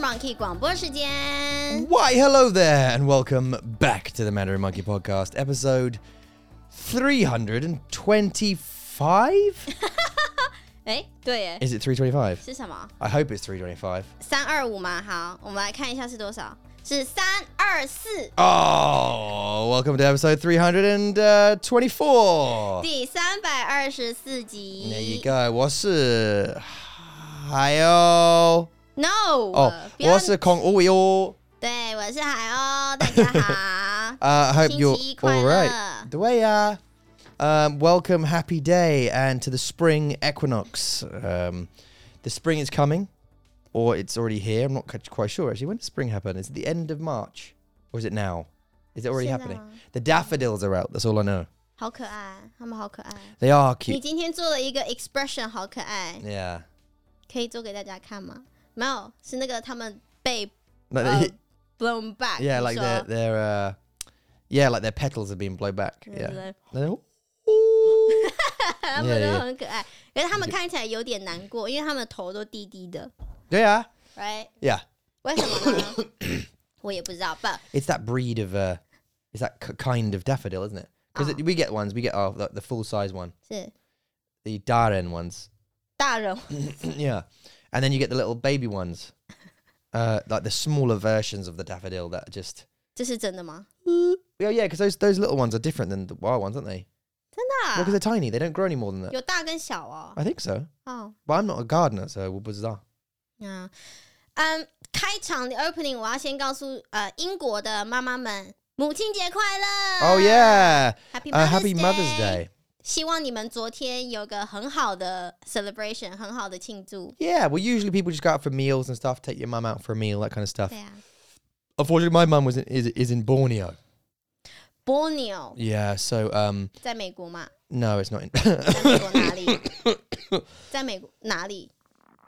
放屁广播时间。 Why, hello there, and welcome back to the Mandarin Monkey Podcast, episode 325? 哎，对耶， Is it 325? 是什么？ I hope it's 325. 三二五吗？好，我们来看一下是多少，是三二四， Oh, welcome to episode 324. 第三百二十四 There you 集。 go. 我是 Hiyo. No， Oh, 不要我是孔武哟。对，我是海鸥，大家 好。 Uh, I hope you're 星期一快乐。 all right. Dwaya. Um, welcome, happy day, and to the spring equinox. Um, the spring is coming, or it's already here. I'm not quite- quite sure actually. When does spring happen? Is it the end of March, or is it now? Is it already It's happening? now. The daffodils are out. That's all I know. 好可爱，他们好可爱。 They are 你 cute. 今天做了一个 expression，好可爱， Yeah. 可以做给大家看吗？没有，是那个他们被 No, 呃 they- blown back。 yeah, 你 like 说 their their uh, yeah, like their petals are being blown back. 对对 Yeah. 对 They're all- Ooh. 他们 Yeah, 都 yeah. 很可爱，可是他们看起来有点难过，因为他们头都低低的 yeah. ，right？ Yeah. 为什么呢？ 我也不知道，but It's that breed of uh, it's that k kind of daffodil, isn't it? Because Ah. we get ones, we get our the, the full size one, 是 the Daren ones, 大人 yeah, and then you get the little baby ones, uh, like the smaller versions of the daffodil that just 这是真的吗？ yeah yeah because those those little ones are different than the wild ones, aren't they? 真的 Well, because 啊、 they're tiny, they don't grow any more than that. 有大跟小哦。 I think so, 哦， but I'm not a gardener, so what was that? 嗯嗯，开场的 opening 我要先告诉呃英国的妈妈们，母亲节快乐 Oh yeah, Ah. Happy uh, Mother's Happy Mother's Day. 希望你们昨天有个很好的 celebration，很好的庆祝。 Yeah, well, usually people just go out for meals and stuff. Take your mum out for a meal, that kind of stuff. 对啊 Unfortunately, my mum was in, is is in Borneo. ，Borneo Yeah, so um 在美国嘛？ no, it's not in 在美国哪里？在美国哪里？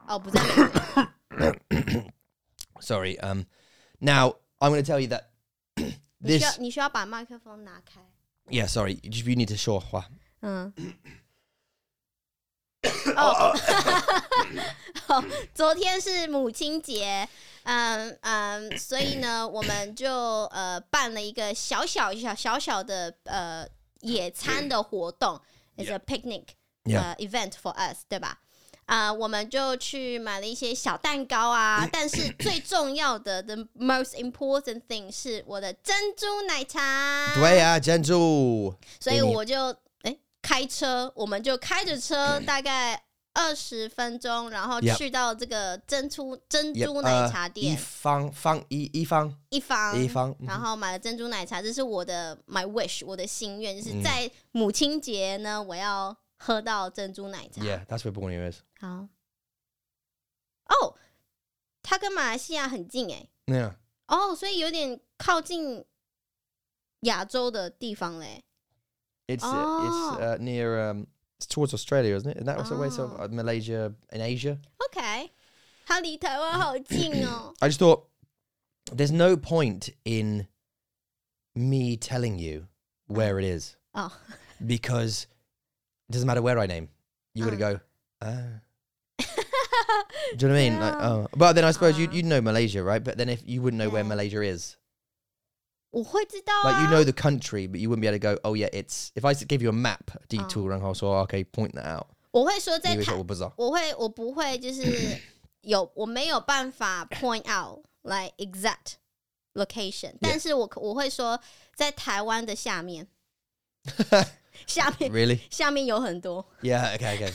哦，不在美国。 sorry. Um now I'm gonna tell you that 你需要 this 你需要把麦克风拿开。 Yeah, sorry, you just- you need to show 嗯。 哦，好，昨天是母亲节，嗯嗯，所以呢，我们就呃办了一个小小小小小的呃野餐的活动，is a picnic 呃 event for us，对吧？啊、我们就去买了一些小蛋糕啊，但是最重要的 the most important thing 是我的珍珠奶茶。 Dwaya Genzu. 所以我就哎、开车，我们就开着车大概二十分钟，然后 Yep. 去到这个珍珠珍 Yep, 珠 uh, 奶茶店、 Yifang- Fang- Yi- Yifang- 呃一方。嗯 Yifang, mhm. 然后买了珍珠奶茶，这是我的 my wish，我的心愿，就是在母亲节呢，我要喝到珍珠奶茶。mm-hmm. Yeah, that's where Borneo is. 好，哦，它跟马来西亚很近哎、 Yeah. 哦，所以有点靠近亚洲的地方嘞。 It's Oh. uh, it's uh, near um it's towards Australia, isn't it? Isn't that also where so Oh. uh, Malaysia and Asia? OK，它离台湾好近哦。 I just thought there's no point in me telling you where it is. 哦， because it doesn't matter where I name, you're gonna go. Ah. Do you know what I mean? Like, Yeah. oh. But then I suppose you Ah. you know Malaysia, right? But then if you wouldn't know where Yeah. Malaysia is, 我会知道啊。 like you know the country, but you wouldn't be able to go. Oh yeah, it's if I s- give you a map detour and I saw okay, point that out. 我会说在 Oh. You would 台 go,，bizarre. 我会我不会就是有我没有办 法 point out like exact location，但是我可我会说在台湾的下面， 下面 really? 下面有很多， Yeah. Okay. Okay.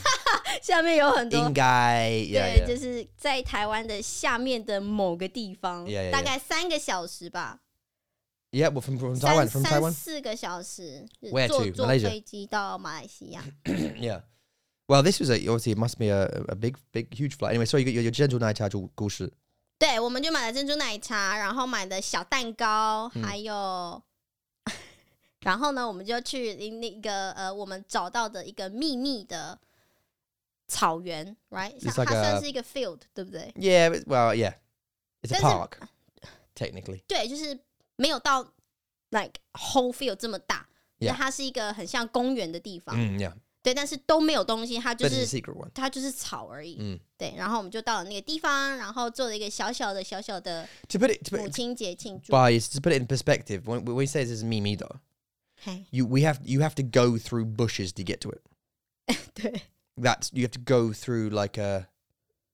下面有很多。 Ingai. Yeah. 对，就 Yeah. 是在台湾的下面的某个地方 Yeah, yeah, 大概三个小时吧， Yeah. Well, from from 三 Taiwan. From 三 Taiwan. 四个小时，就是 Where 坐 to? 坐 Malaysia? 飞机到马来西亚。 yeah. Well, this was a, obviously it must be a, a big, big, huge flight. Anyway, so you got your, your gentle night 对，我们就买了珍珠奶茶，然后买的小蛋糕，嗯还有， 然后呢，我们就去那个呃，我们找到的一个秘密的草原，right？像 It's like 啊它算 a- 是一个 field，对不对？ Yeah, but, well, yeah. It's a Doesn't- park, technically. 对，就是没有到 like whole field 这么大，那 Yeah 它是一个很像公园的地方。 Mm, yeah. 对，但是都没有东西，它就 but it's a 是 secret one. 它就是草而已。嗯对，然后我们就到了那个地方，然后做了一个小小的、小小的 To put it, to put, 母亲节庆祝。 guys, to put it in perspective, when, when we say this is Mimi though, 嘿， you we have you have to go through bushes to get to it. 对， That's you have to go through like a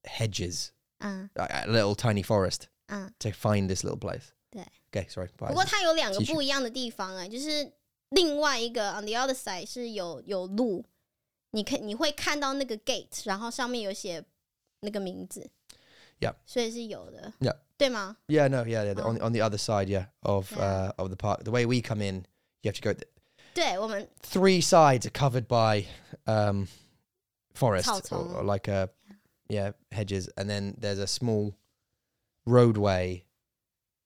hedges, 嗯 a, a little tiny forest 嗯， to find this little place. 对。 Okay, sorry. 不过它有两个继续不一样的地方啊，就是另外一个 on the other side 是有有路，你看你会看到那个 gate，然后上面有写那个名字。 Yeah 所以是有的。 Yeah 对吗？ Yeah, no, yeah, yeah. the- On, the- on the other side, Ah. yeah, of Yeah. Uh, of the park. The way we come in, you have to go. th- 对我们， three sides are covered by um, forest or, Tao-tong. or like a yeah hedges, and then there's a small roadway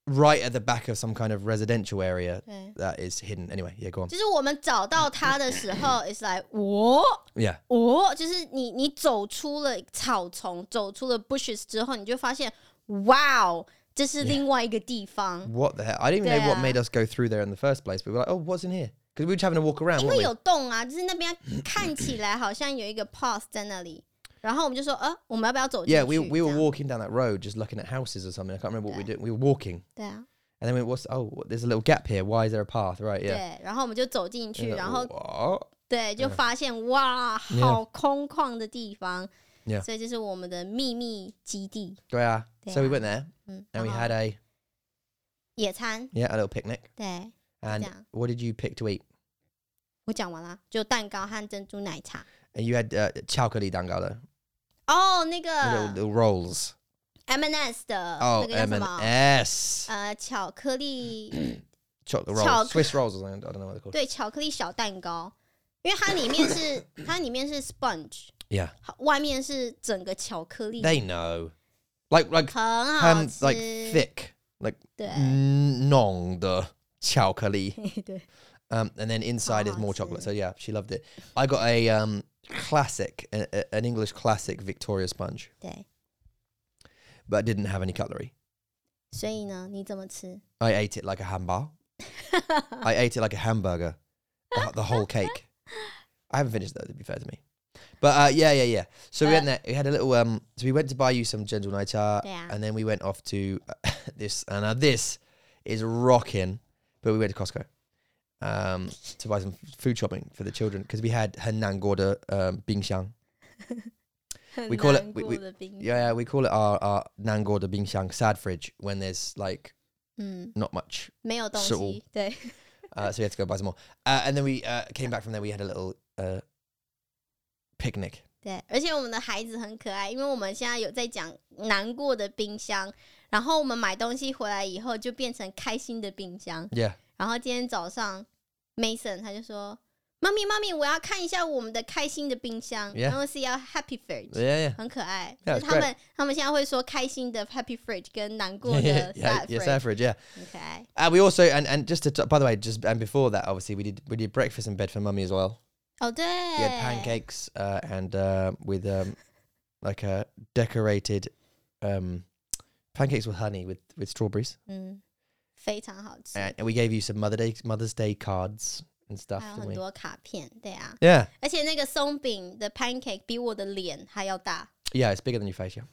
right at the back of some kind of residential area 对， that is hidden. Anyway, yeah, go on. 就是我们找到它的时候，is like 我。 Yeah, 哦，就是你你走出了草丛，走出了 bushes 之后，你就发现，哇哦，这是 Yeah. 另外一个地方 what the hell? I didn't even know what Yeah. made us go through there in the first place. But we were like, oh, what's in here? Because we were just having a walk around. 因 Weren't 为 we? 有洞啊，就是那边看起来好像有一个 pause 在那里，然后我们就说，呃，我们要不要走进去 Yeah, we we 这 were 样 walking down that road, just looking at houses or something. I can't remember what we did. We were walking, 对啊， and then we what's oh, what- there's a little gap here. Why is there a path? Right, yeah. 对，然后我们就走进 And 去， you're 然 like, 后 "What?" 对，就发现哇， Yeah. 好空旷的地方 Yeah. 所以这是我们的秘密基地， Yeah. So we Yeah. went there 嗯， and we 然后 had a 野餐， yeah, a little picnic. 对 And Yeah. what did you pick to eat? 我讲完了，就蛋糕和珍珠奶茶。 And you had uh, chocolate dangalo, 哦，那 little, 个 little rolls. M&S 的 Uh, 那 Oh, 个叫 M 什 and 么？ S 呃，巧克力 chocolate rolls, Choc- Swiss rolls or something. I don't know what they're called. 对巧克力小蛋糕，因为它里面是它里面是 sponge， Yeah, 好外面是整个巧克力， they know. Like like 很好 um, 吃。 like 嗯 thick, like 对 nong the chocolate. 对 Um, and then inside is more chocolate. So yeah, she loved it. I got a um classic, a, a- an English classic Victoria sponge, 对， but didn't have any cutlery. 所以呢，你怎么吃？ I ate it like a hamburger. I ate it like a hamburger, the, the whole cake. I haven't finished though. To be fair to me, but uh, yeah, yeah, yeah. So we went there. We had a little. Um, so we went to buy you some gentle night char, Yeah. and then we went off to this. And now this is rocking. But we went to Costco um, to buy some f- food shopping for the children because we had Henan Gorda um, Bingxiang. We call it- 很难 we- 过 we- 的冰箱 Yeah, yeah, we call it our our Nangorda Bingxiang sad fridge when there's like 嗯， not much 没有东西食物，对， Uh, so we had to go buy some more. Uh, and then we uh, came back from there. We had a little uh, picnic. 对，而且我们的孩子很可爱，因为我们现在有在讲难过的冰箱，然后我们买东西回来以后就变成开心的冰箱。 Yeah. 然后今天早上，Mason 他就说：“妈咪，妈咪，我要看一下我们的开心的冰箱 Yeah. 然后是要 Happy Fridge，、 Yeah, 很可爱。 Yeah, 就是 it's 他们他们现在会说开心的 Happy Fridge 跟难过 yeah. yeah, 的 Sad yeah, Fridge， Safford, yeah. 很可爱。 And we also, and, and just to, t- by the way, just, and before that, obviously, we did, we did breakfast in bed for mummy as well. 哦，对， We had pancakes, uh, and, uh, with, um, like a decorated, um, pancakes with honey with, with strawberries. 嗯，非常好吃， And we gave you some Mother Day, Mother's Day cards and stuff, 还有 didn't 很 we? 多卡片，对啊， Yeah. 而且那个松饼的 pancake 比我的脸还要大， Yeah. It's bigger than your face. Yeah.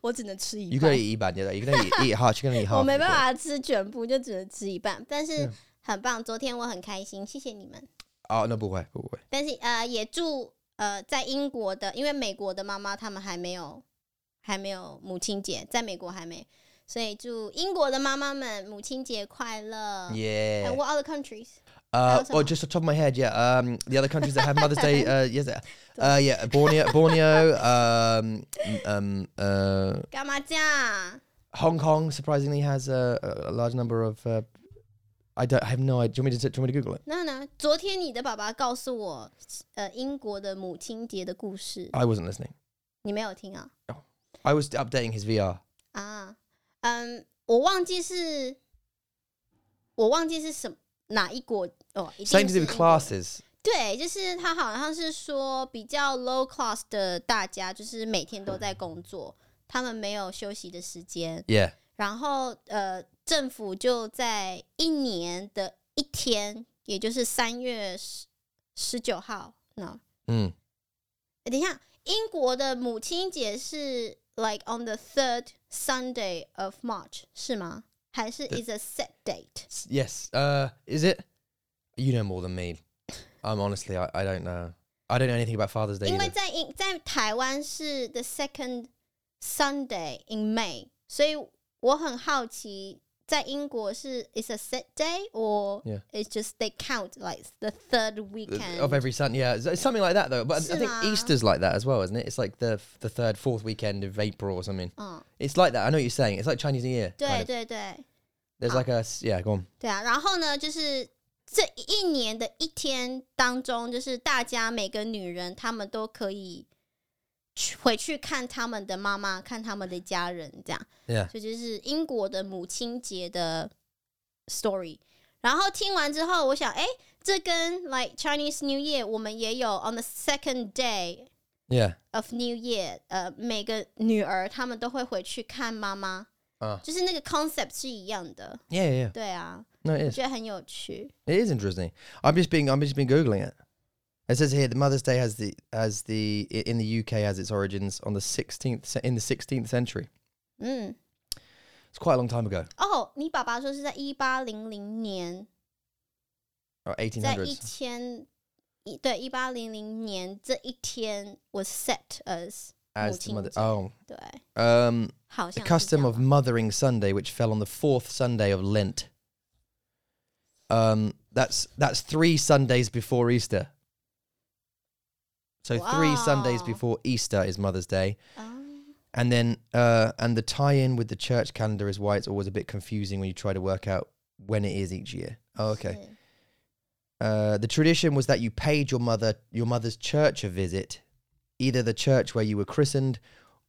我只能吃一 You can 半， only eat Iban. Yeah. You can only eat, eat half. You can only eat half. 我没 if you 办 want. 法吃全部，就只能吃一半，但是 Yeah. 很棒，昨天我很开心，谢谢你们。 Oh, no, but why? But why? 但是呃，也祝呃在英国的，因为美国的妈妈他们还没有还没有母亲节，在美国还没，所以祝英国的妈妈们母亲节快乐。 Yeah. Uh, And what other countries？ Uh, That was a or lot. just off the top of my head, yeah. Um, the other countries that have Mother's Day, uh, yes, uh, uh, yeah, Borneo, Borneo, um, um, uh, 干嘛这样？啊 Hong Kong surprisingly has a, a large number of. Uh, I don't. I have no idea. Do you want me to? Do you want me to Google it? 那呢？昨天你的爸爸告诉我，呃，英国的母亲节的故事， I wasn't listening. 你没有听啊？ I was updating his VR. 啊，嗯，我忘记是，我忘记是什么哪一国哦，一定 Something to 是 do with 英国 classes. 对，就是他好像是说比较 low class 的大家，就是每天都在工作，他们没有休息的时间。 Yeah. 然后呃，政府就在一年的一天，也就是三月十十九号，no， Mm. 诶等一下，英国的母亲节是 like on the third Sunday of March 是吗？还是 is a set date？ S- Yes. Uh, is it? You know more than me. I'm honestly, I, I don't know. I don't know anything about Father's Day 因为 either. 在英在台湾是 the second Sunday in May，所以我很好奇，在英国是 is a set day or Yeah. it's just they count like the third weekend Of every Sunday, yeah, it's- it's something like that though. But I- I think Sure. Easter's like that as well, isn't it? It's like the f- the third, fourth weekend of April or something. 嗯， It's like that. I know what you're saying. It's like Chinese New Year. 对 kind of. 对对 There's like a s- yeah. Go on. 对啊。然后呢，就是这一年的一天当中，就是大家每个女人她们都可以去回去看她们的妈妈，看她们的家人，这样。 Yeah. 这就是英国的母亲节的 story。然后听完之后，我想，哎，这跟 like Chinese New Year 我们也有 on the second day Yeah. of New Year，呃，每个女儿她们都会回去看妈妈，啊就是那个 concept 是一样的， Yeah. Yeah. yeah. 对啊， No, it 我 is. 觉得很有趣。 It is interesting. I'm just being. I'm just been googling it. It says here the Mother's Day has the as the i- in the UK has its origins on the 16th ce- in the 16th century. 嗯， It's quite a long time ago. 哦，你爸爸说是在一八零零年， Or 在一 1800s. 千一对一八零零年这一天 was set as 母 As the 亲 mother. 节， Oh. 对， Um. 好 The 像是这 custom 样 of Mothering Sunday, which fell on the fourth Sunday of Lent. Um, that's that's three Sundays before Easter. So three Sundays Wow. before Easter is Mother's Day, 啊。 and then uh, and the tie-in with the church calendar is why it's always a bit confusing when you try to work out when it is each year. Oh, okay. 是 Uh, the tradition was that you paid your mother your mother's church a visit, either the church where you were christened,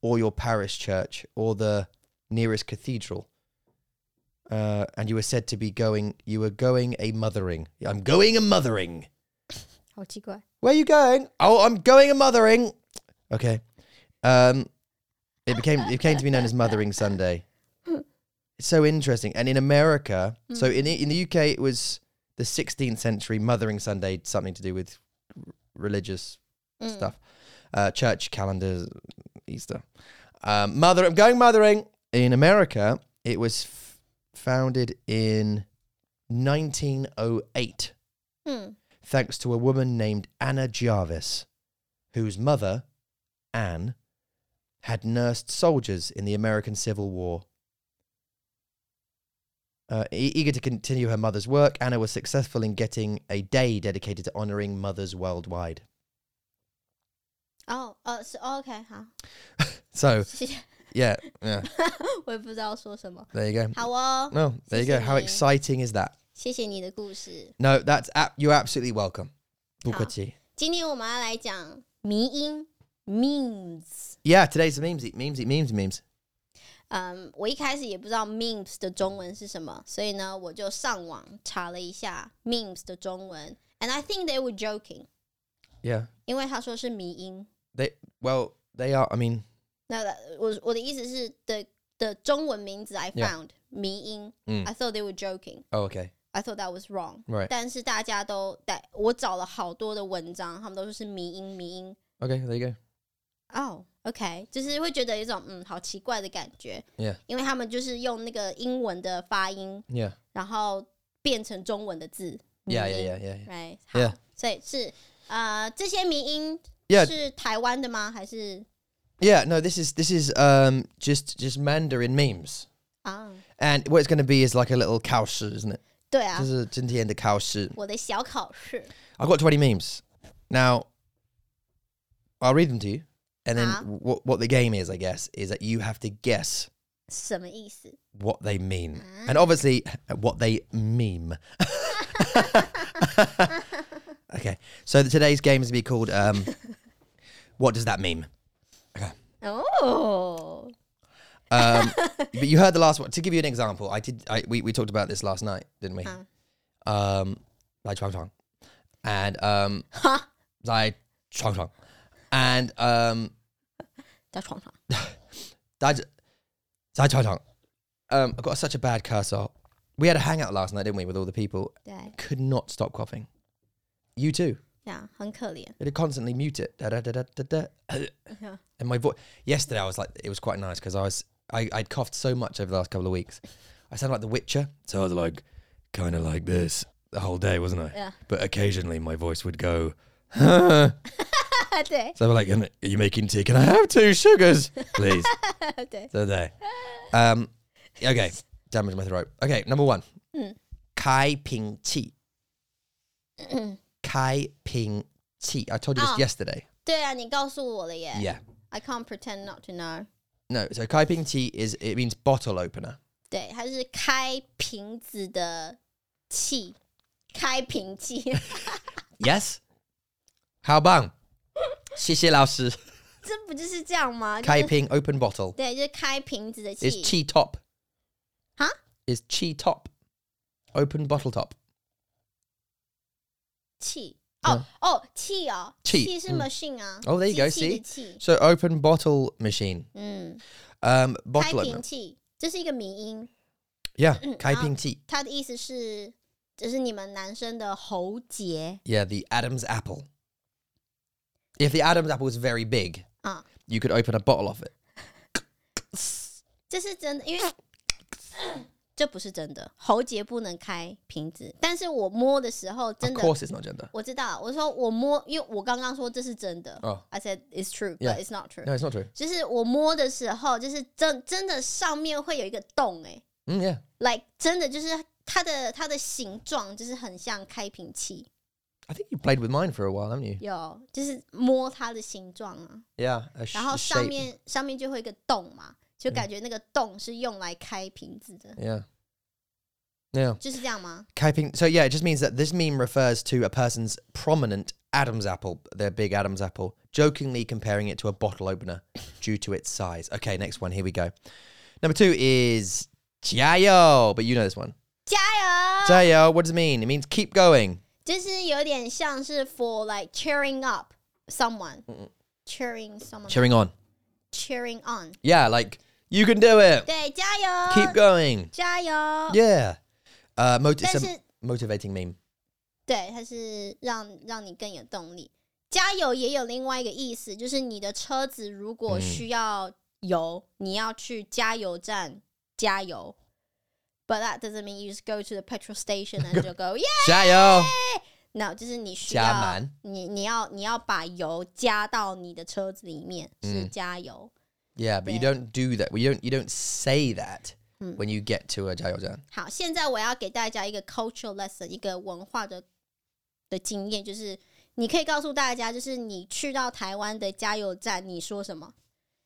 or your parish church, or the nearest cathedral. Uh, and you were said to be going. You were going a mothering. I'm going a mothering. 好奇怪。 Where you going? Oh, I'm going a mothering. Okay. Um, it became it came to be known as Mothering Sunday. It's so interesting. And in America, so in the- in the UK, it was the 16th century Mothering Sunday, something to do with r- religious Hmm. 嗯 stuff, uh, church calendars, Easter. Um, mother, I'm going mothering. In America, it was f- founded in 1908嗯， thanks to a woman named Anna Jarvis, whose mother, Anne, had nursed soldiers in the American Civil War. Uh, e- eager to continue her mother's work, Anna was successful in getting a day dedicated to honoring mothers worldwide. 哦哦是哦 OK 好， So, 谢谢， yeah, yeah, 我也不知道说什么。 there you go. 好哦， No, there you go. How Sesame. exciting is that? 谢谢你的故事。 No, that's ab- you're absolutely welcome. Ah. Bukachi. 今天我们要来讲迷音 memes。 Yeah, today's memes, memes, memes, memes. 嗯，我一开始也不知道 memes 的中文是什么，所以呢，我就上网查了一下 memes 的中文。And I think they were joking， Yeah. 因为他说是迷音。 They well, they are. I mean, 那呃我我的意思是的的中文名字 I Yeah. found 迷音。嗯 I thought they were joking。 oh, okay, I thought that was wrong。 right. 但是大家都在，我找了好多的文章，他们都说是迷音迷音。 Okay, there you go. 哦、o k 就是会觉得有一种嗯好奇怪的感觉 Yeah. 因为他们就是用那个英文的发音， Yeah. 然后变成中文的字。 Yeah, Mm. yeah, yeah, yeah. yeah. yeah，right，好 Yeah. 所以是呃这些迷音 Yeah, 是台湾的吗？还是 yeah, no, this is this is um just just Mandarin memes. 啊？ And what it's going to be is like a little kaoshi, isn't it? 对啊 This，is the kaoshi. 我的小考试 I've got 20 memes. Now I'll read them to you. And then Ah. what what the game is, I guess, is that you have to guess 什么意思？ what they mean. And obviously what they meme. okay. So today's game is going to be called um what does that meme? 哦， Um, but you heard the last one. To give you an example, I did. I, we, we talked about this last night, didn't we? Huh. Um, Lai Chuang Chuang, and um, 哈， Lai Chuang Chuang, and um, 在床上 Dai Zhi- Zai Chuang Chuang. Um, I've got such a bad cursor. We had a hangout last night, didn't we, with all the people? 对， Could not stop coughing. You too. 这样很可怜。 It'd constantly mute it. Da, da, da, da, da, da. Yeah. And my voice. Yesterday, I was like, it was quite nice because I was, I, I'd coughed so much over the last couple of weeks. I sounded like The Witcher. So I was like, kind of like this the whole day, wasn't I? Yeah. But occasionally, my voice would go, huh. 啊对 So I'm like, "Can- are you making tea? Can I have two sugars, please? 对， so there. Um, okay. Damage my throat. Okay, number one. Mm. Kai Ping Chi. Kai Ping Chi. I told you this Oh. yesterday. 对啊，你告诉我了耶。 Yeah. I can't pretend not to know。 No, so Kai Ping Chi is it means bottle opener. 对，它是开瓶子的气，开瓶器。 Yes. How bang? Xie Laoshi. 这不就是这样吗？就 Kai 是 Ping open bottle 对，就是开瓶子的 is 气。 chi top. Huh? Is chi top. Open bottle top. 气哦哦，气哦，气气是嗯 machine 啊。 Oh, there you go, 机器的 see? 气， So open bottle machine. 嗯， Um 开 bottle 瓶 opener. 器，这是一个迷音， Yeah. ah. Kai Ping Chi. 它的意思是，就是你们男生的喉结 Yeah, the Adam's apple. If the Adam's apple was very big, 啊， you could open a bottle of it. 这是真的，因为这不是真的，喉结不能开瓶子，但是我摸的时候真 Of 的。 course, it's not gender. 我知道，我说我摸，因为我刚刚说这是真的。哦 I said it's true, but Yeah. it's not true. No, it's not true. 就是我摸的时候，就是真真的上面会有一个洞、欸， Mm, yeah. 哎，like 真的就是它的它的形状就是很像开瓶器， I think you played with mine for a while, haven't you? 有就是摸它的形状啊， Yeah. A sh- 然后 a 上 shape. 嗯面上面就会有一个洞嘛，就感觉那个洞是用来开瓶子的， Yeah. Yeah. 就是这样吗？ Kiping. So yeah, it just means that this meme refers to a person's prominent Adam's apple, their big Adam's apple, jokingly comparing it to a bottle opener due to its size. Okay, next one. Here we go. Number two is Jiao, but you know this one. 加油！ Jiao, what does it mean? It means keep going. 就是有点像是 for like cheering up someone，cheering 嗯 someone Cheering on. cheering on。 Yeah, like you can do it. 对，加油 Keep going. 加油 Yeah. Uh, moti- it's 但 a 是 motivating meme. 对，它是让让你更有动力。加油也有另外一个意思，就是你的车子如果需要油，你要去加油站加油。But that doesn't mean you just go to the petrol station and 就 go yeah. Jiao. No，就是你需加要满你你要你要把油加到你的车子里面，是嗯加油。 Yeah, but you Yeah. Hmm. don't do that. Well, you don't. You don't say that when you get to a jiaojian. 好，现在我要给大家一个 cultural lesson，一个文化的的经验，就是你可以告诉大家，就是你去到台湾的加油站，你说什么？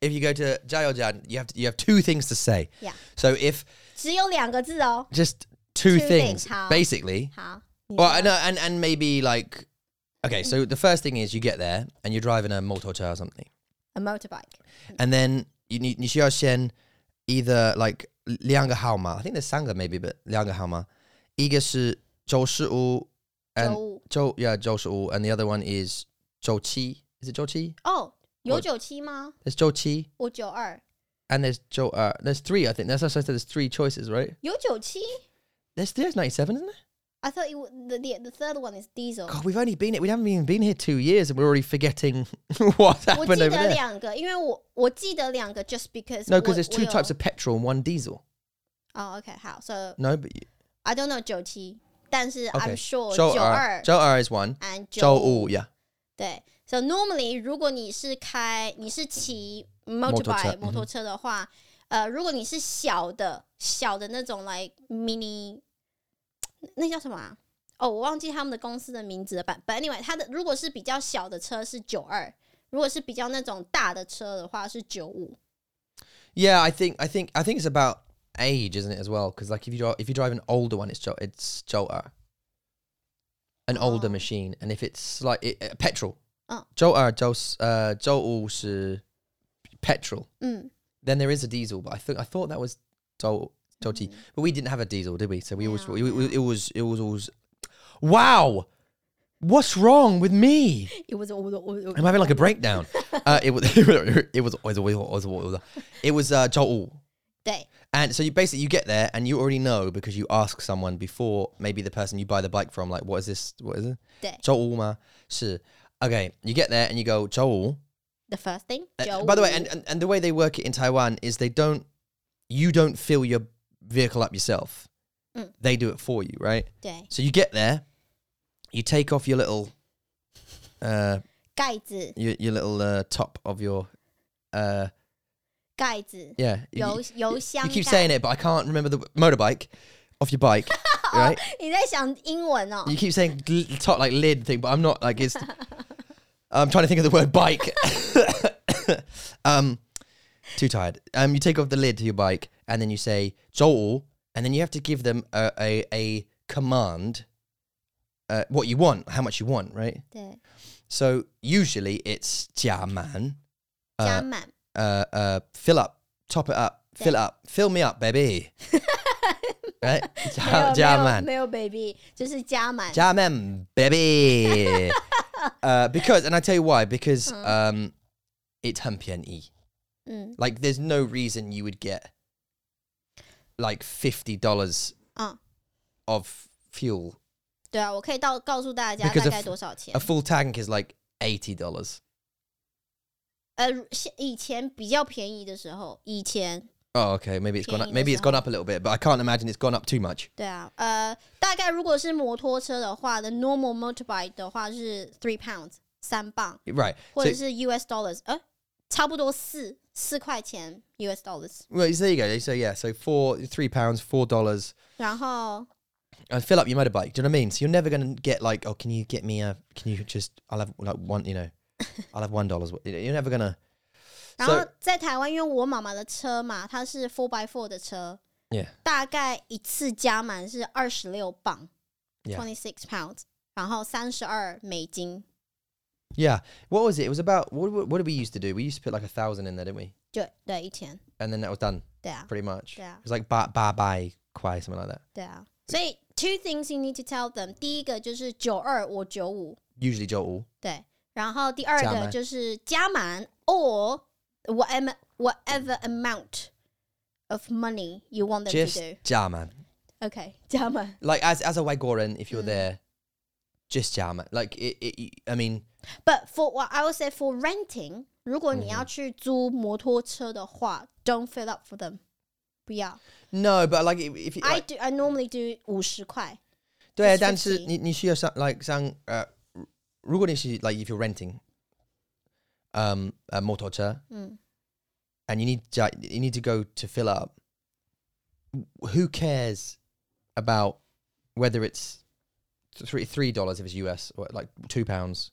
If you go to jiaojian, you have to, you have two things to say. Yeah. So if 只有两个字哦。 just Two two, things, things, how? basically. 好，你说 Well, I know, and and maybe like, okay. Mm. So the first thing is you get there and you're driving a motorcar or something, a motorbike， and then you need you should send either like 两个号码. I think there's 三个 maybe, but 两个号码.一个是周十周五 and 五周 yeah 周十五 and the other one is 周七. Is it 周七?哦，有我九七吗？ There's 周七.我九二， and there's Joe. Uh, there's three, I think. That's what I said. There's three choices, right? 有九七。 There's there's 97, isn't there? I thought it w- the the the third one is diesel。 God, we've only been it. We haven't even been here two years, and we're already forgetting what's 我 happened 记 over 得 there. 两个，因为我我记得两个，just because No, 我 because there's 我 two 有 types of petrol and one diesel. 哦，OK，好，so No, but you- I don't know 九七，但是 okay. I'm sure Joe 九 R, 二 Joe R is one. and 周九五 yeah. 对，so normally 如果你是开你是骑托车 motorbike 嗯哼摩托车的话，呃，如果你是小的小的那种 like mini，那叫什么啊？哦，我忘记他们的公司的名字了。But but anyway，它的如果是比较小的车是九二，如果是比较那种大的车的话是九五。 Yeah, I think I think I think it's about age, isn't it, as well? Because like if you drive, if you drive an older one, it's Joe it's Joe R. An older Oh. machine, and if it's like it, uh, petrol, Oh. Joe R, Joe uh, Joe petrol. 嗯， Then there is a diesel, but I think I thought that was Dol Dolty. But we didn't have a diesel, did we? So we always Mm. No, we, we- it was it was always Wow. What's wrong with me? 我我我我 I'm having like a breakdown. uh, it was it was it was always always always always- it was uh Joel. 对 And so you basically you get there and you already know because you ask someone before maybe the person you buy the bike from like what is this what is it? 对周五吗？是. Okay, you get there and you go 周五. ，the first thing Uh, 九五。 By the way, and, and and the way they work it in Taiwan is they don't you don't fill your vehicle up yourself. Mm. They do it for you, right? 对 So you get there, you take off your little uh 盖子， your, your little uh, top of your uh 盖子， yeah you- 油油箱 You keep 盖。 saying it, but I can't remember the motorbike off your bike, right? 你在想英文哦？ You keep saying l- top like lid thing, but I'm not like it's. I'm trying to think of the word bike. um, too tired. Um, you take off the lid to your bike, and then you say Joel, and then you have to give them a a, a command. Uh, what you want, how much you want, right? 对， So usually it's 加满,加 满。 uh, uh, fill up, top it up, fill it up, fill me up, baby. right? 没有 Ja- 没有 Jaman. 没有 baby，就是加满。 Jaman, baby. uh, because, and I tell you why, because um, it's 很便宜.嗯 Like, there's no reason you would get like $50 嗯， of fuel. 对啊，我可以到告诉大家 Because 大 of- 概多少钱 A。full tank is like $80. 呃，现以前比较便宜的时候，以前 Oh, okay. Maybe it's gone up. Penny Maybe it's discount. gone up a little bit, but I can't imagine it's gone up too much. 对啊，呃，大概如果是摩托车的话，the normal motorbike 的话是 three pounds 三磅， Right. 或 So, 者是 US dollars，呃，差不多四四块钱 US dollars。 well, so there you go. So, yeah. So, four, three pounds, four dollars. 然后 and fill up your motorbike. Do you know what I mean? So you're never gonna get like, oh, can you get me a? Can you just? I'll have like one, you know, I'll have one dollars. worth." You know, You're never gonna. 然 So- 后在台湾，因为我妈妈的车嘛，它是 four by four 的车， Yeah. 大概一次加满是二十六磅 Yeah ，twenty six pounds，然后三十二美金， Yeah. What was it? It was about what? What what did we used to do? We used to put like a thousand in there, didn't we? 就对一天， And then that was done 对啊， pretty much. Yeah. It was like ba ba bye quai something like that. 对啊。所以 two things you need to tell them，第一个就是九二我九五， Usually Joel. 对，然后第二加个满就是加满 or whatever whatever amount of money you want them Just to do。 ja man. OK，加满。 Like as as a Wagoran, if you're Mm. there, just ja man. Like it, it. I mean, But for what I would say for renting，如果你要去租摩托车的话、d o n t fill up for them，不要。 no, but like if if you- I like, do I normally do 五十块，对啊， Just 但是50你你需要上 like 上呃，如如果你是 like if you're renting，嗯呃摩托车嗯， ，and you need to- you need to go to fill up. Who cares about whether it's three three dollars if it's US or like two pounds,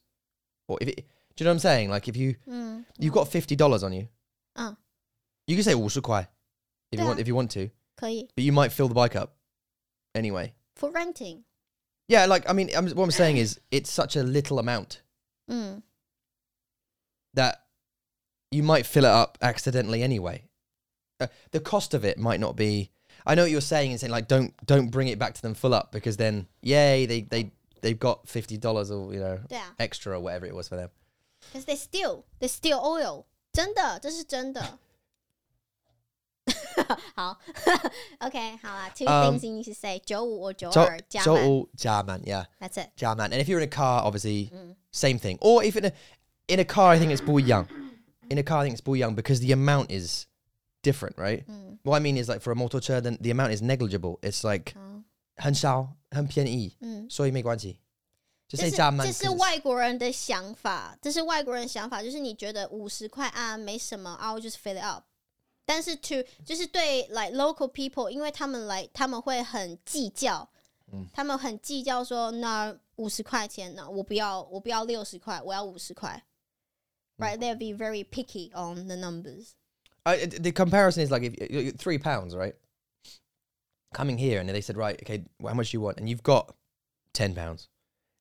or if it? Do you know what I'm saying? Like if you 嗯 you've got fifty dollars on you, 嗯， you can say 五十块 if you want Yeah. if you want to, 可以 but you might fill the bike up anyway. for renting， Yeah, like I mean, I'm, what I'm saying is it's such a little amount. 嗯， that you might fill it up accidentally anyway. Uh, the cost of it might not be. I know what you're saying and saying like don't don't bring it back to them full up because then yay they they they've got fifty dollars or you know 对啊。 extra or whatever it was for them. 可是 they steal they steal oil，真的，这是真的。 好 ，OK，好啦，two Um, things you need to say，九五或九 So 二加 so 满 all Jarman, yeah Mm. ，That's it。 Jarman. And if you're in a car, obviously same thing. Or if in a in a car, I think it's bull young. In a car, I think it's bull young because the amount is different, right? What I mean is like for a motorchair, then the amount is negligible. It's like E. 好，很少很便宜。嗯。所以没关系。这 Just say 是加满这是 'cause it's- 外国人的想法，这是外国人的想法，就是你觉得五十块啊没什么，I'll just fill it up。但是 to 就是对 like local people，因为他们来他们会很计较，嗯他们很计较说那五十块钱呢，我不要我不要六十块，我要五十块。Right, 嗯 they'll be very picky on the numbers. I, the comparison is like if you- you- three pounds, right? Coming here and they said, right, okay, how much do you want? And you've got ten pounds,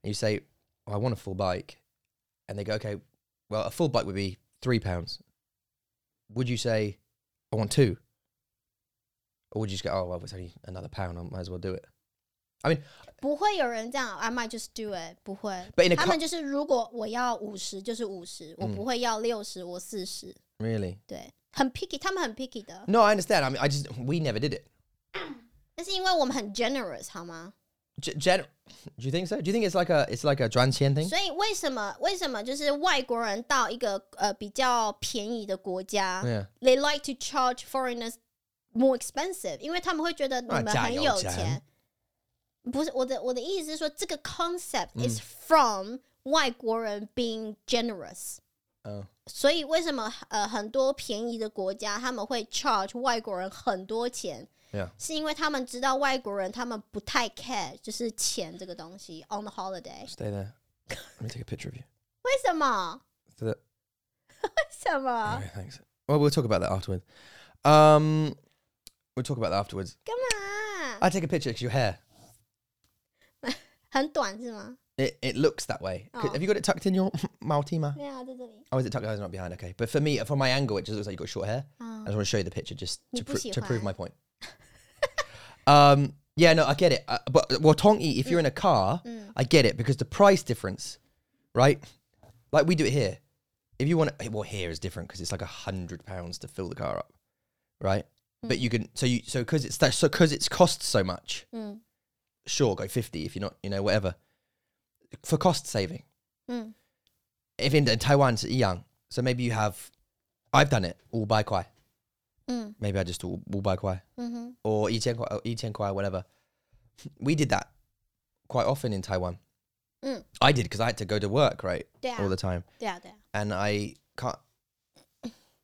and you say, well, I want a full bike, and they go, okay, well, a full bike would be three pounds. Would you say, I want two? Or would you just go, oh well, it's only another pound, I might as well do it. 不会有人这样，I might just do it，不会 But in a。他 co- 嗯们就是如果我要五十就是五十，我不会要六十，我四十。 Really? 对，很 picky，他们很 picky 的。 No, I understand. I mean, I just we never did it. 那是因为我们很 generous 好吗？ G- gen- do you think so? Do you think it's like a it's like a Juan Qian thing? 所以为什么为什么就是外国人到一个呃比较便宜的国家 Yeah. ，they like to charge foreigners more expensive，因为他们会觉得你啊们加很油有钱钱。不是我的我的意思是说，这个 concept is from 外国人 being generous。 Oh. 所以为什么呃很多便宜的国家他们会 charge 外国人很多钱 Yeah. 是因为他们知道外国人他们不太 care 就是钱这个东西 on the holiday。 Stay there. Let me take a picture of you. 为什么？ So that- 为什么？ Okay, thanks. Well, we'll talk about that afterwards. Um, we'll talk about that afterwards. 干嘛？ I take a picture because your hair. 很短是吗？ It, it looks that way. C- Oh. Have you got it tucked in your Maltima? 对啊，在这里。 Oh, is it tucked? Oh, it's not behind. Okay, but for me, from my angle, it just looks like you've got short hair. 啊 I just want to show you the picture just You to, pro- pussy to prove high. my point. um, yeah, no, I get it. Uh, but well, Tongi, if you're in a car, I get it because the price difference, right? Like we do it here. If you want, to, well, here is different because it's like a hundred pounds to fill the car up, right? But you can so you so because it's that so because it's cost so much. Mm. Sure, go fifty if you're not you know whatever for cost saving. 嗯 If in, in Taiwan it's young, so maybe you have. I've done it all by quite. 嗯 Maybe I just all, all by quite. 嗯哼 or Etienne Kwai, Etienne Kwai, uh, whatever. We did that quite often in Taiwan. Mm. I did because I had to go to work, right? 对啊 All the time. 对啊对啊 And I can't.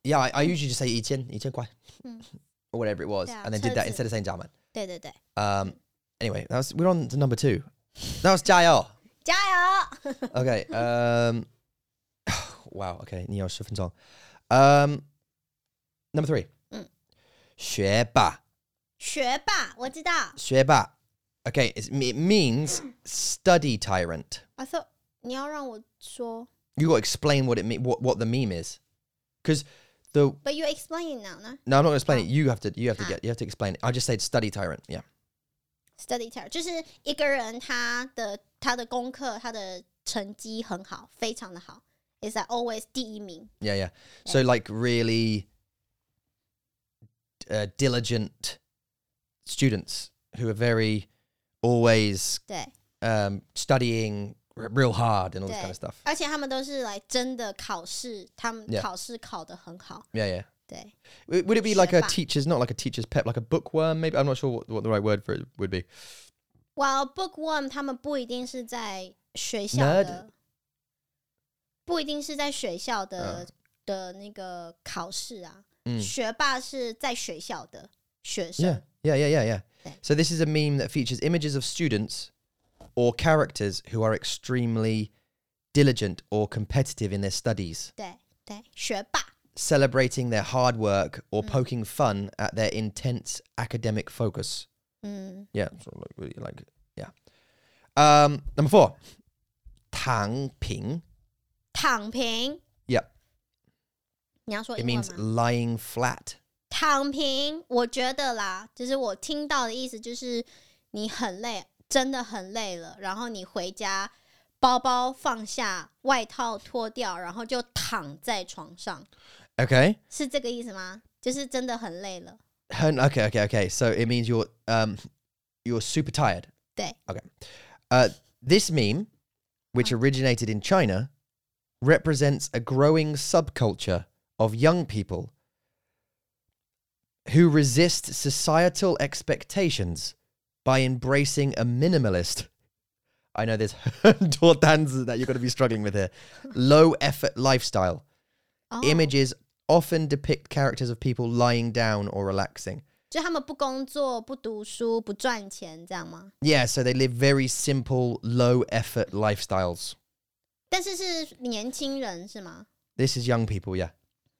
Yeah, I, I usually just say Etienne, Etienne Kwai, Mm. or whatever it was. Yeah, and then did that Chelsea. instead of saying Jaman. 对对对， Um, anyway, that was, we're on to number two. That was Jaya. 加油！ Okay. Um, wow. Okay. 你有十分钟. Um, number three. Mm. 学霸.学霸，我知道。学霸. Okay, it's, it means study tyrant. I thought 啊你要让我说 You got to explain what it mean, what what the meme is, because the ，But you explain it now 呢 no, I'm not going to explain it. You have to, you have to Ah. get, you have to explain it. I just said study tyrant. Yeah, ？Study t e r 就是一个人他的他的功课他的成绩很好，非常的好，is that always 第一名。 yeah, yeah. So like really uh, diligent students who are very always 对， um, studying r- real hard and all this kind Yeah. of stuff. 而且他们都是来真的考试，他们 Yeah. 考试考得很好。 Yeah, yeah. 对， W- Would it be like a Sherpa. teacher's, not like a teacher's pet, like a bookworm? Maybe I'm not sure what, what the right word for it would be. While bookworm 他们不一定是在学校 Nerd 的，不一定是在学校的、的那个考试啊。嗯学霸是在学校的学 Yeah, 生， yeah, yeah, yeah, yeah. Okay. So this is a meme that features images of students or characters who are extremely diligent or competitive in their studies, 对对，学霸 celebrating their hard work or poking fun at their intense academic focus. 嗯， Yeah, sort of like, really like yeah. Um, number four, Tang Ping. 躺平。 Yep, 你要说 it 英文 means 吗？ lying flat. 躺平，我觉得啦，就是我听到的意思就是你很累，真的很累了，然后你回家，包包放下，外套脱掉，然后就躺在床上， Okay. 是这个意思吗？就是真的很累了， Hun- Okay, okay, okay. So it means you're um you're super tired. 对 Uh, this meme, which originated in China, represents a growing subculture of young people who resist societal expectations by embracing a minimalist. I know there's dances that you're going to be struggling with here. Low effort lifestyle. 哦 Images often depict characters of people lying down or relaxing. 就他们不工作、不读书、不赚钱，这样吗？ Yeah, so they live very simple, low effort lifestyles. 但是是年轻人是吗？ This is young people, yeah.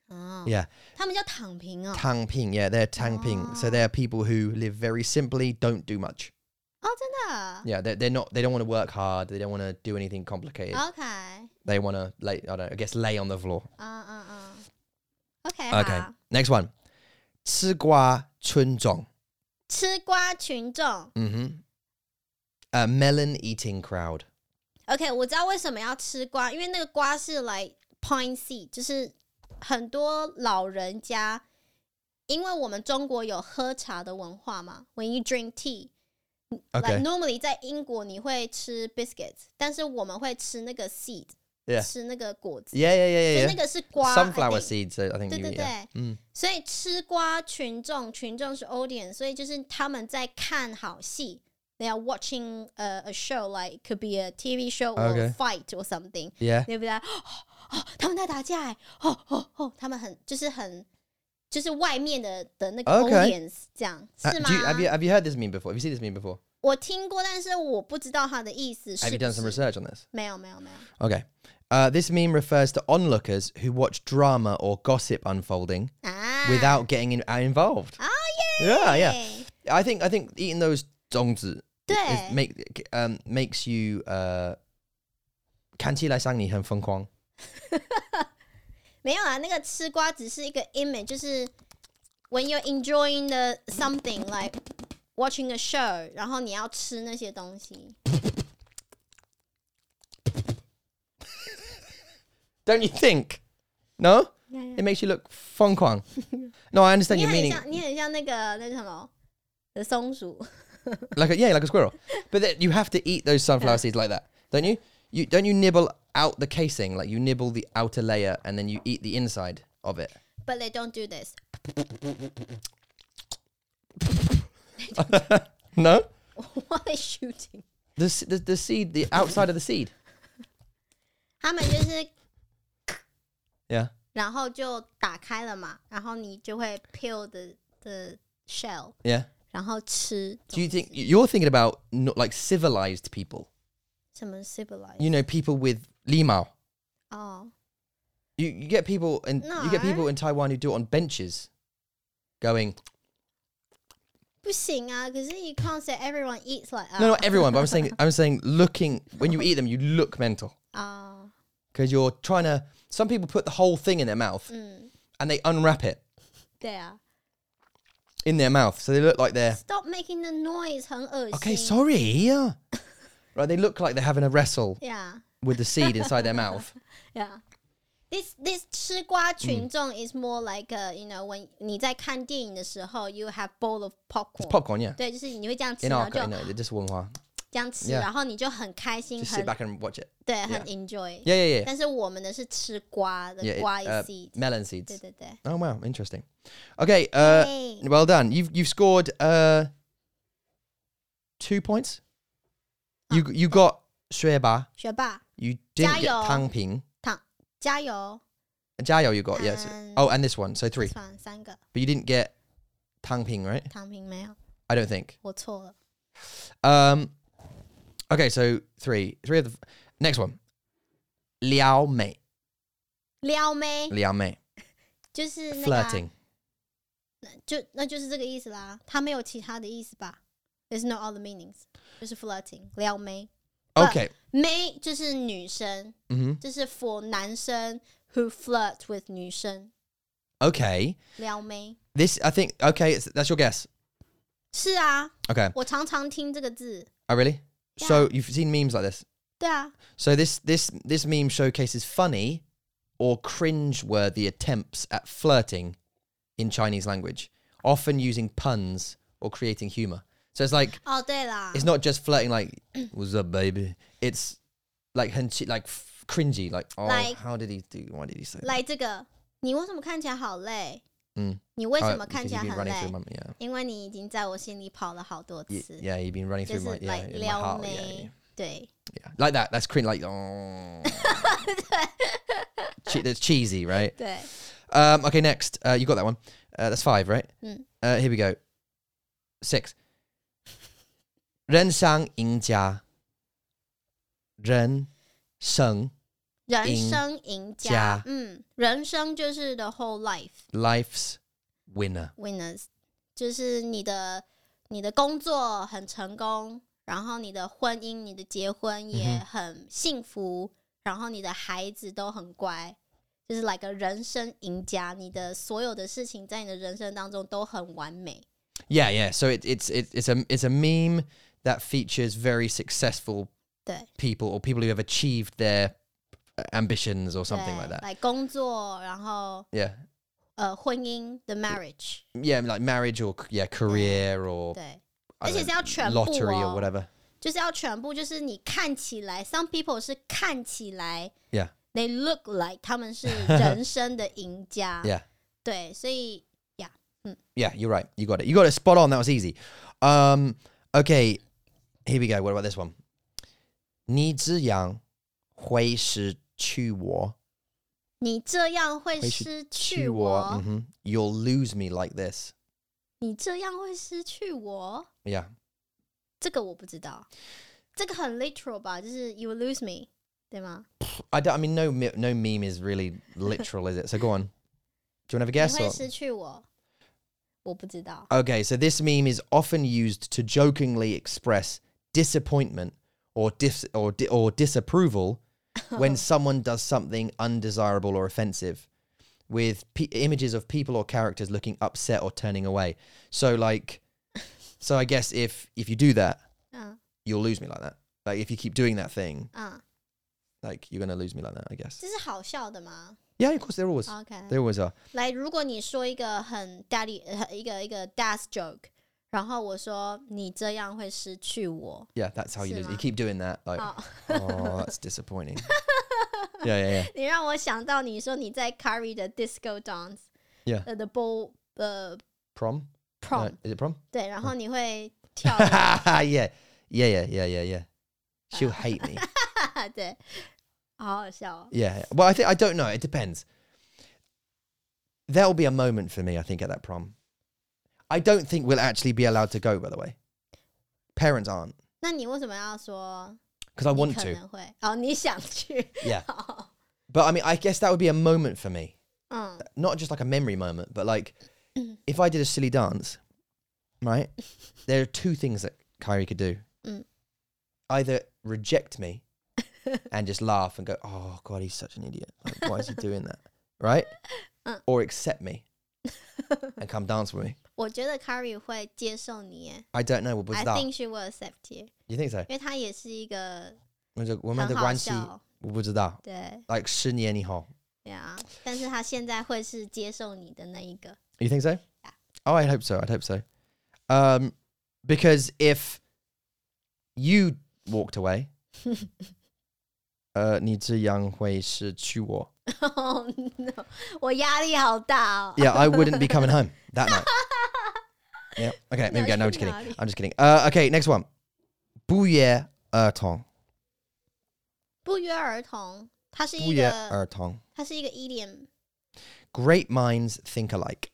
哦， Yeah. 他们叫躺平哦， Tang Ping, yeah, they're Tang Ping. So Ah. they're people who live very simply, don't do much. 哦，真的。 Yeah, they're, they're not, they don't want to work hard. They don't want to do anything complicated. OK，啊 They want to lay, I don't know, I guess lay on the floor. 啊啊，OK， Okay, 好 next one. 吃瓜群众.吃瓜群众。 Mm-hmm. A melon eating crowd. OK，我知道为什么要吃瓜，因为那个瓜是来 pine seed，就是很多老人家，因为我们中国有喝茶的文化嘛，When you drink tea。 Okay. Like normally 在英国你会吃 biscuits，但是我们会吃那个 seed， Yeah. 吃那个果子， Yeah, yeah, yeah, 所 yeah. 以 yeah. 那个是瓜 I Sunflower think seeds, I think 对 you 对 eat. Yeah. 对， Mm. 所以吃瓜群众，群众是 audience，所以就是他们在看好戏，they are watching a a show like could be a TV show or Okay. fight or something， Yeah. 对不对？哦哦，他们在打架哎，哦哦哦，他们很就是很就是外面的的那个 Okay. audience 这样 Uh, 是 do you, have you 吗？ have you heard this meme before? Have you seen this meme before? 我听过，但是我不知道他的意思 Have 是 you 不 done some 是。 research on this? 没有没有没有， Okay. Uh, this meme refers to onlookers who watch drama or gossip unfolding 啊 without getting in, uh, involved. Oh Yeah, yeah. 对 I think I think eating those dongzi is- Yeah. make um, makes you uh, 看起来像你很疯狂.没有啊，那个吃瓜只是一个 image，就是 when you're enjoying the something like watching a show，然后你要吃那些东西。 Don't you think? No, Yeah, it makes you look 疯狂. no, I understand 你 your 很 meaning. 像，你很像那个那是什么的松鼠， Like a, yeah, like a squirrel. But then you have to eat those sunflower seeds like that, don't you? You don't you nibble out the casing like you nibble the outer layer and then you eat the inside of it. but they don't do this。 No, What are they shooting？ the s- the, the seed, the outside of the seed. 他们就是， Yeah. 然后就打开了嘛，然后你就会 peel the the shell， Yeah. 然后吃东西。 Do you think you're thinking about not like civilized people? 什么 civilized？ You know, people with limao. 哦， You, you get people in you get people in Taiwan who do it on benches, going. 不行啊，可是 you can't say everyone eats like us。 No, not everyone, but I'm saying I'm saying looking when you eat them, you look mental 啊， because you're trying to. Some people put the whole thing in their mouth 嗯， and they unwrap it 对啊。 in their mouth, so they look like they're Stop making the noise，很恶心。 okay. Sorry, yeah. right. They look like they're having a wrestle Yeah, with the seed inside their mouth. yeah. This this 吃瓜群众嗯 is more like a you know when 你在看电影的时候，you have bowl of popcorn。 Popcorn, yeah. 对，就是你会这样吃， In 然后就 Arca, you know, just one while. 这样吃 Yeah. 然后你就很开心， Just 很 sit back and watch it. 对，很 Yeah. enjoy。 Yeah, yeah, yeah. 但是我们的是吃瓜的 yeah it- 瓜 uh, is seed。 melon 对 seeds. 对对。哎 Oh wow, interesting. Okay, uh, Yay. well done. You've you've scored uh, two points. You you got Shueba. 学霸， You 加 didn't get 油。 Tangping. 加油！ Jiao you got yes. And- Oh, and this one, so three. 算三个， But you didn't get Tangping, right? 躺平没有， I don't think. 我错了。 Um, okay, so three, three of the next one. Liao Mei, 撩妹 Liao Mei, 就是那个啊 flirting. 就那就是这个意思啦，他没有其他的意思吧？There's no other meanings，就是 flirting 撩妹，but- Okay. 妹就是女生， hmm 就是 for 男生 who flirt with 女生 Okay. 撩妹。 This I think. Okay, it's, that's your guess. 是啊， Okay. 我常常听这个字， Oh, really? So you've seen memes like this. 对啊， So this this this meme showcases funny or cringe-worthy attempts at flirting in Chinese language, often using puns or creating humor. So it's like 哦对啦 it's not just flirting like "What's up, baby?" It's like 很 chi- like f- cringy, like oh, Like- how did he do? Why did he say? that? 来这个，你为什么看起来好累？嗯，你为 Oh, 什么 because 看 you've 起来 been 很 running through 累？ my yeah. 因为你已经在我心里跑了好多 Y- 次， Yeah, you've been running 就 through 是 my yeah, like in my 撩 heart, yeah, yeah, 妹，对 yeah. Like that. That's cringe. Like oh, che- that's cheesy, right? 对， Um, okay, next. Uh, you got that one. Uh, that's five, right? Mm. Uh, here we go. Six. Ren Sang Ying Jia. Ren Sang 人赢生赢家家，嗯，人生就是 the whole life Life's Winner. winners，就是你的你的工作很成功，然后你的婚姻、你的结婚也嗯很幸福，然后你的孩子都很乖，就是 like a 人生赢家，你的所有的事情在你的人生当中都很完美。 Yeah, yeah. So it, it's it, it's a it's a meme that features very successful 对 people or people who have achieved their ambitions or something like 对 that. 来工作，然后 Yeah. 呃，婚姻 the marriage， Yeah, like marriage or c- yeah, career or 对， I 而且 don't 是要 know, 全部 lottery or 哦， whatever. 就是要全部，就是你看起来，some people 是看起来 Yeah. ，they look like 他们 是人生的赢 家 Yeah. 对，所以 Yeah, you're right. You got it. You got it spot on. That was easy. Um, okay, here we go. What about this one? 你这样会失去我，你这样会会失失去去我，我，嗯 mhm. You'll lose me like this. 你这样会失去我， Yeah. 这个我不知道，这个很 literal 吧，就是 you will lose me，对吗？ I, don't, I mean, no, me- no meme is really literal, is it? So go on. Do you want to have a 你 guess? 会 Or? 失去我，我不知道。 Okay, so this meme is often used to jokingly express disappointment or dis- or di- or disapproval when someone does something undesirable or offensive, with pe- images of people or characters looking upset or turning away. So like, so I guess if if you do that, 嗯 you'll lose me like that. Like if you keep doing that thing, 嗯， like you're gonna lose me like that. I guess. 这是好笑的吗 Yeah, of course there always ？OK， there always are. 来，如果你说一个很 daddy 呃一个一个 dad's joke，然后我说你这样会失去 我， Yeah, that's how you lose. You Sima. keep doing that. Like, 好， oh, that's disappointing. yeah, yeah, yeah. 你让我想到你说你在 Curry 的 Disco Dance， Yeah. 呃 The Ball 呃 Prom. No, Prom，Uh, is it prom? 对，然嗯后你会跳舞， yeah, yeah, yeah, yeah, yeah, yeah. She'll hate me. 对，好好笑哦， Yeah. Well, I think I don't know. It depends. There'll be a moment for me, I think, at that prom. I don't think we'll actually be allowed to go. By the way, parents aren't 那你为什么要说 because I 你 want 可 to. 能会？哦，你想去， Yeah. 好 But I mean, I guess that would be a moment for me, 嗯 not just like a memory moment, but like Mm. if I did a silly dance, right? There are two things that Kyrie could do: Mm. either reject me and just laugh and go, "Oh God, he's such an idiot! Like, why is he doing that?" Right? Uh. Or accept me and come dance with me. 我觉得 Curry 会接受你耶 I don't know what was ，I that. think she will accept you， you think so? 因为他也是一个我们的-很好我们的关系-笑，我不知道。对。 Like 十年以后。对啊，但是他现在会是接受你的那一个， You think so? Oh, I hope so. I'd hope so. Um, because if you walked away, uh, 你这样会失去我。 oh, no, 我压力好大哦。 yeah, I wouldn't be coming home that night. Yeah. Okay, maybe go. No, I'm just kidding. I'm just kidding. Uh, okay, next one. Er 不约而同.不约而同，它是一个，不约而同.它是一个 idiom。Er Great minds think alike.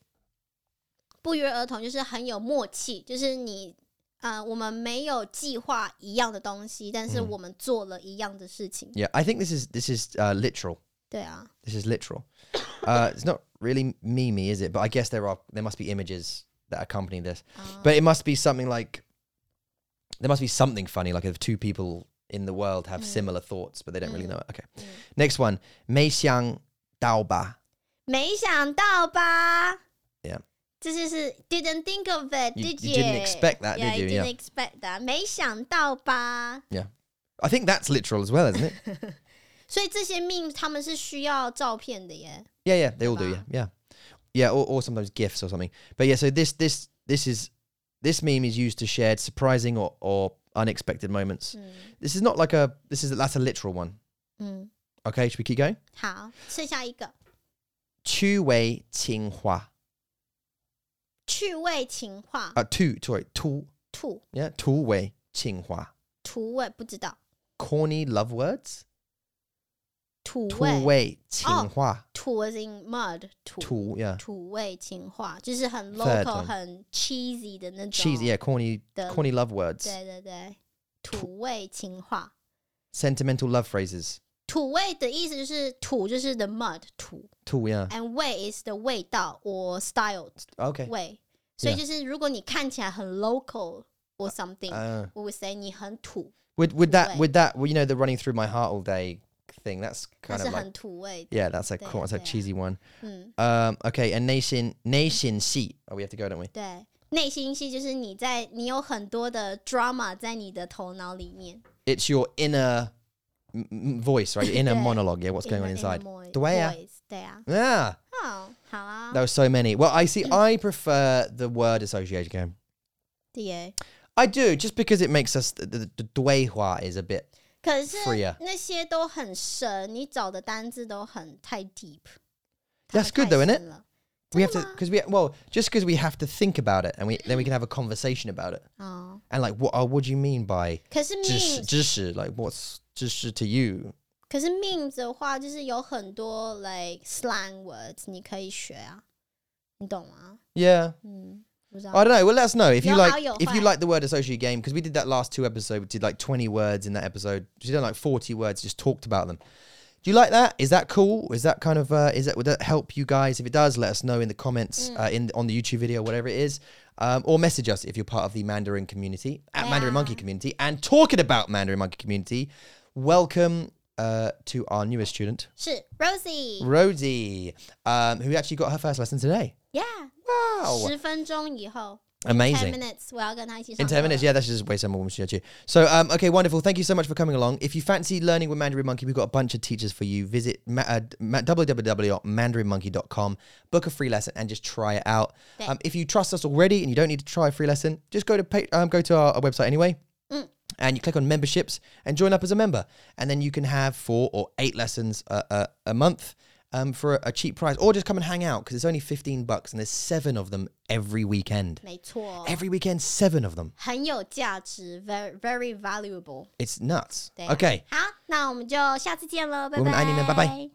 不约而同就是很有默契，就是你，呃，我们没有计划一样的东西，但是嗯我们做了一样的事情。 Yeah, I think this is this is uh, literal. 对啊， This is literal. Uh, it's not really memey, is it? But I guess there are there must be images that accompany this. 啊 But it must be something like there must be something funny, like if two people in the world have similar thoughts, but they don't really know it. Okay. Next one. Mei Xiang Dao Ba. 没想到吧 Yeah. 这就是 didn't think of it, You- did you didn't expect that, Yeah, did you? you didn't expect that. 没想到吧？ I think that's literal as well, isn't it? 所以这些命他们是需要照片的耶。 yeah, yeah. They all do, yeah. Ba. Yeah. Yeah, or, or sometimes gifts or something. But yeah, so this this this is this meme is used to share surprising or, or unexpected moments. 嗯 This is not like a this is that's a literal one. 嗯， Okay, should we keep going? 好，剩下一个趣味情话趣味情话，啊，two Uh, sorry two 土 yeah 土味情话土味不知道， corny love words 土土味味 Oh. 情话土 is in mud 土土 yeah 土味情话，就是很 Third local、 one 很 cheesy 的那种。 cheesy yeah corny The- corny love words 对对对，土味情话， sentimental love phrases 土味的意思就是土就是 the mud 土土 yeah ，and 味 is the 味道 or style okay 味，所以 Yeah 就是如果你看起来很 local or something。 uh, we would say 你很土， would would that Way. would that well, you know the running through my heart all day thing that's 那 kind 是 of like 很土味的。 yeah that's a There, cool that's a there. cheesy one 嗯， um okay and nation nation seat oh we have to go don't we 对，内心戏就是你在你有很多的 drama 在你的头脑里面。 it's your inner m- m- voice, right? Your inner Yeah. monologue. Yeah, what's going on Inner- inner inside? moi- The way, uh, voice，对啊， Yeah, 哦，好啊 that was so many. Well, I see. I prefer the word association game. ，D A。 I do, just because it makes us the the, the Dui Hua is a bit. 可是 freer 那些都很深，你找的单字都很太 deep。 That's good though, is isn't it? We have to because we well just because we have to think about it and we then we can have a conversation about it 哦， and like what oh, what do you mean by 可是 just memes， just like what's just to you 可是 memes 的话，就是有很多 like slang words 你可以学啊，你懂吗？ yeah 嗯，不知道。 I don't know well let us know if you Yo, like how yo, if you hi. like the word associate game because we did that last two episodes we did like twenty words in that episode we did like forty words just talked about them do you like that is that cool is that kind of uh, is that would that help you guys if it does let us know in the comments Mm. uh, in on the YouTube video whatever it is. Um, or message us if you're part of the Mandarin community at Mandarin Monkey community and talking about Mandarin Monkey community. Welcome uh, to our newest student, 是 Rosie，yeah， Rosie, um, who actually got her first lesson today. Wow, 十分钟以后 amazing! ，ten minutes，我要跟他一起上。 In 10 minutes, yeah, that's just way some woman should you. So, um, okay, wonderful. Thank you so much for coming along. If you fancy learning with Mandarin Monkey, we've got a bunch of teachers for you. Visit ma- uh, ma- www.mandarinmonkey.com, book a free lesson, and just try it out. Bet. Um, if you trust us already and you don't need to try a free lesson, just go to pa- um, go to our, our website anyway. And you click on memberships and join up as a member, and then you can have four or eight lessons a, a, a month um, for a, a cheap price, or just come and hang out because it's only fifteen bucks, and there's seven of them every weekend. 没错， Every weekend, seven of them. 很有价值，very very valuable。 It's nuts. 对啊 Okay. 好，那我们就下次见喽，拜我们爱你们拜拜拜。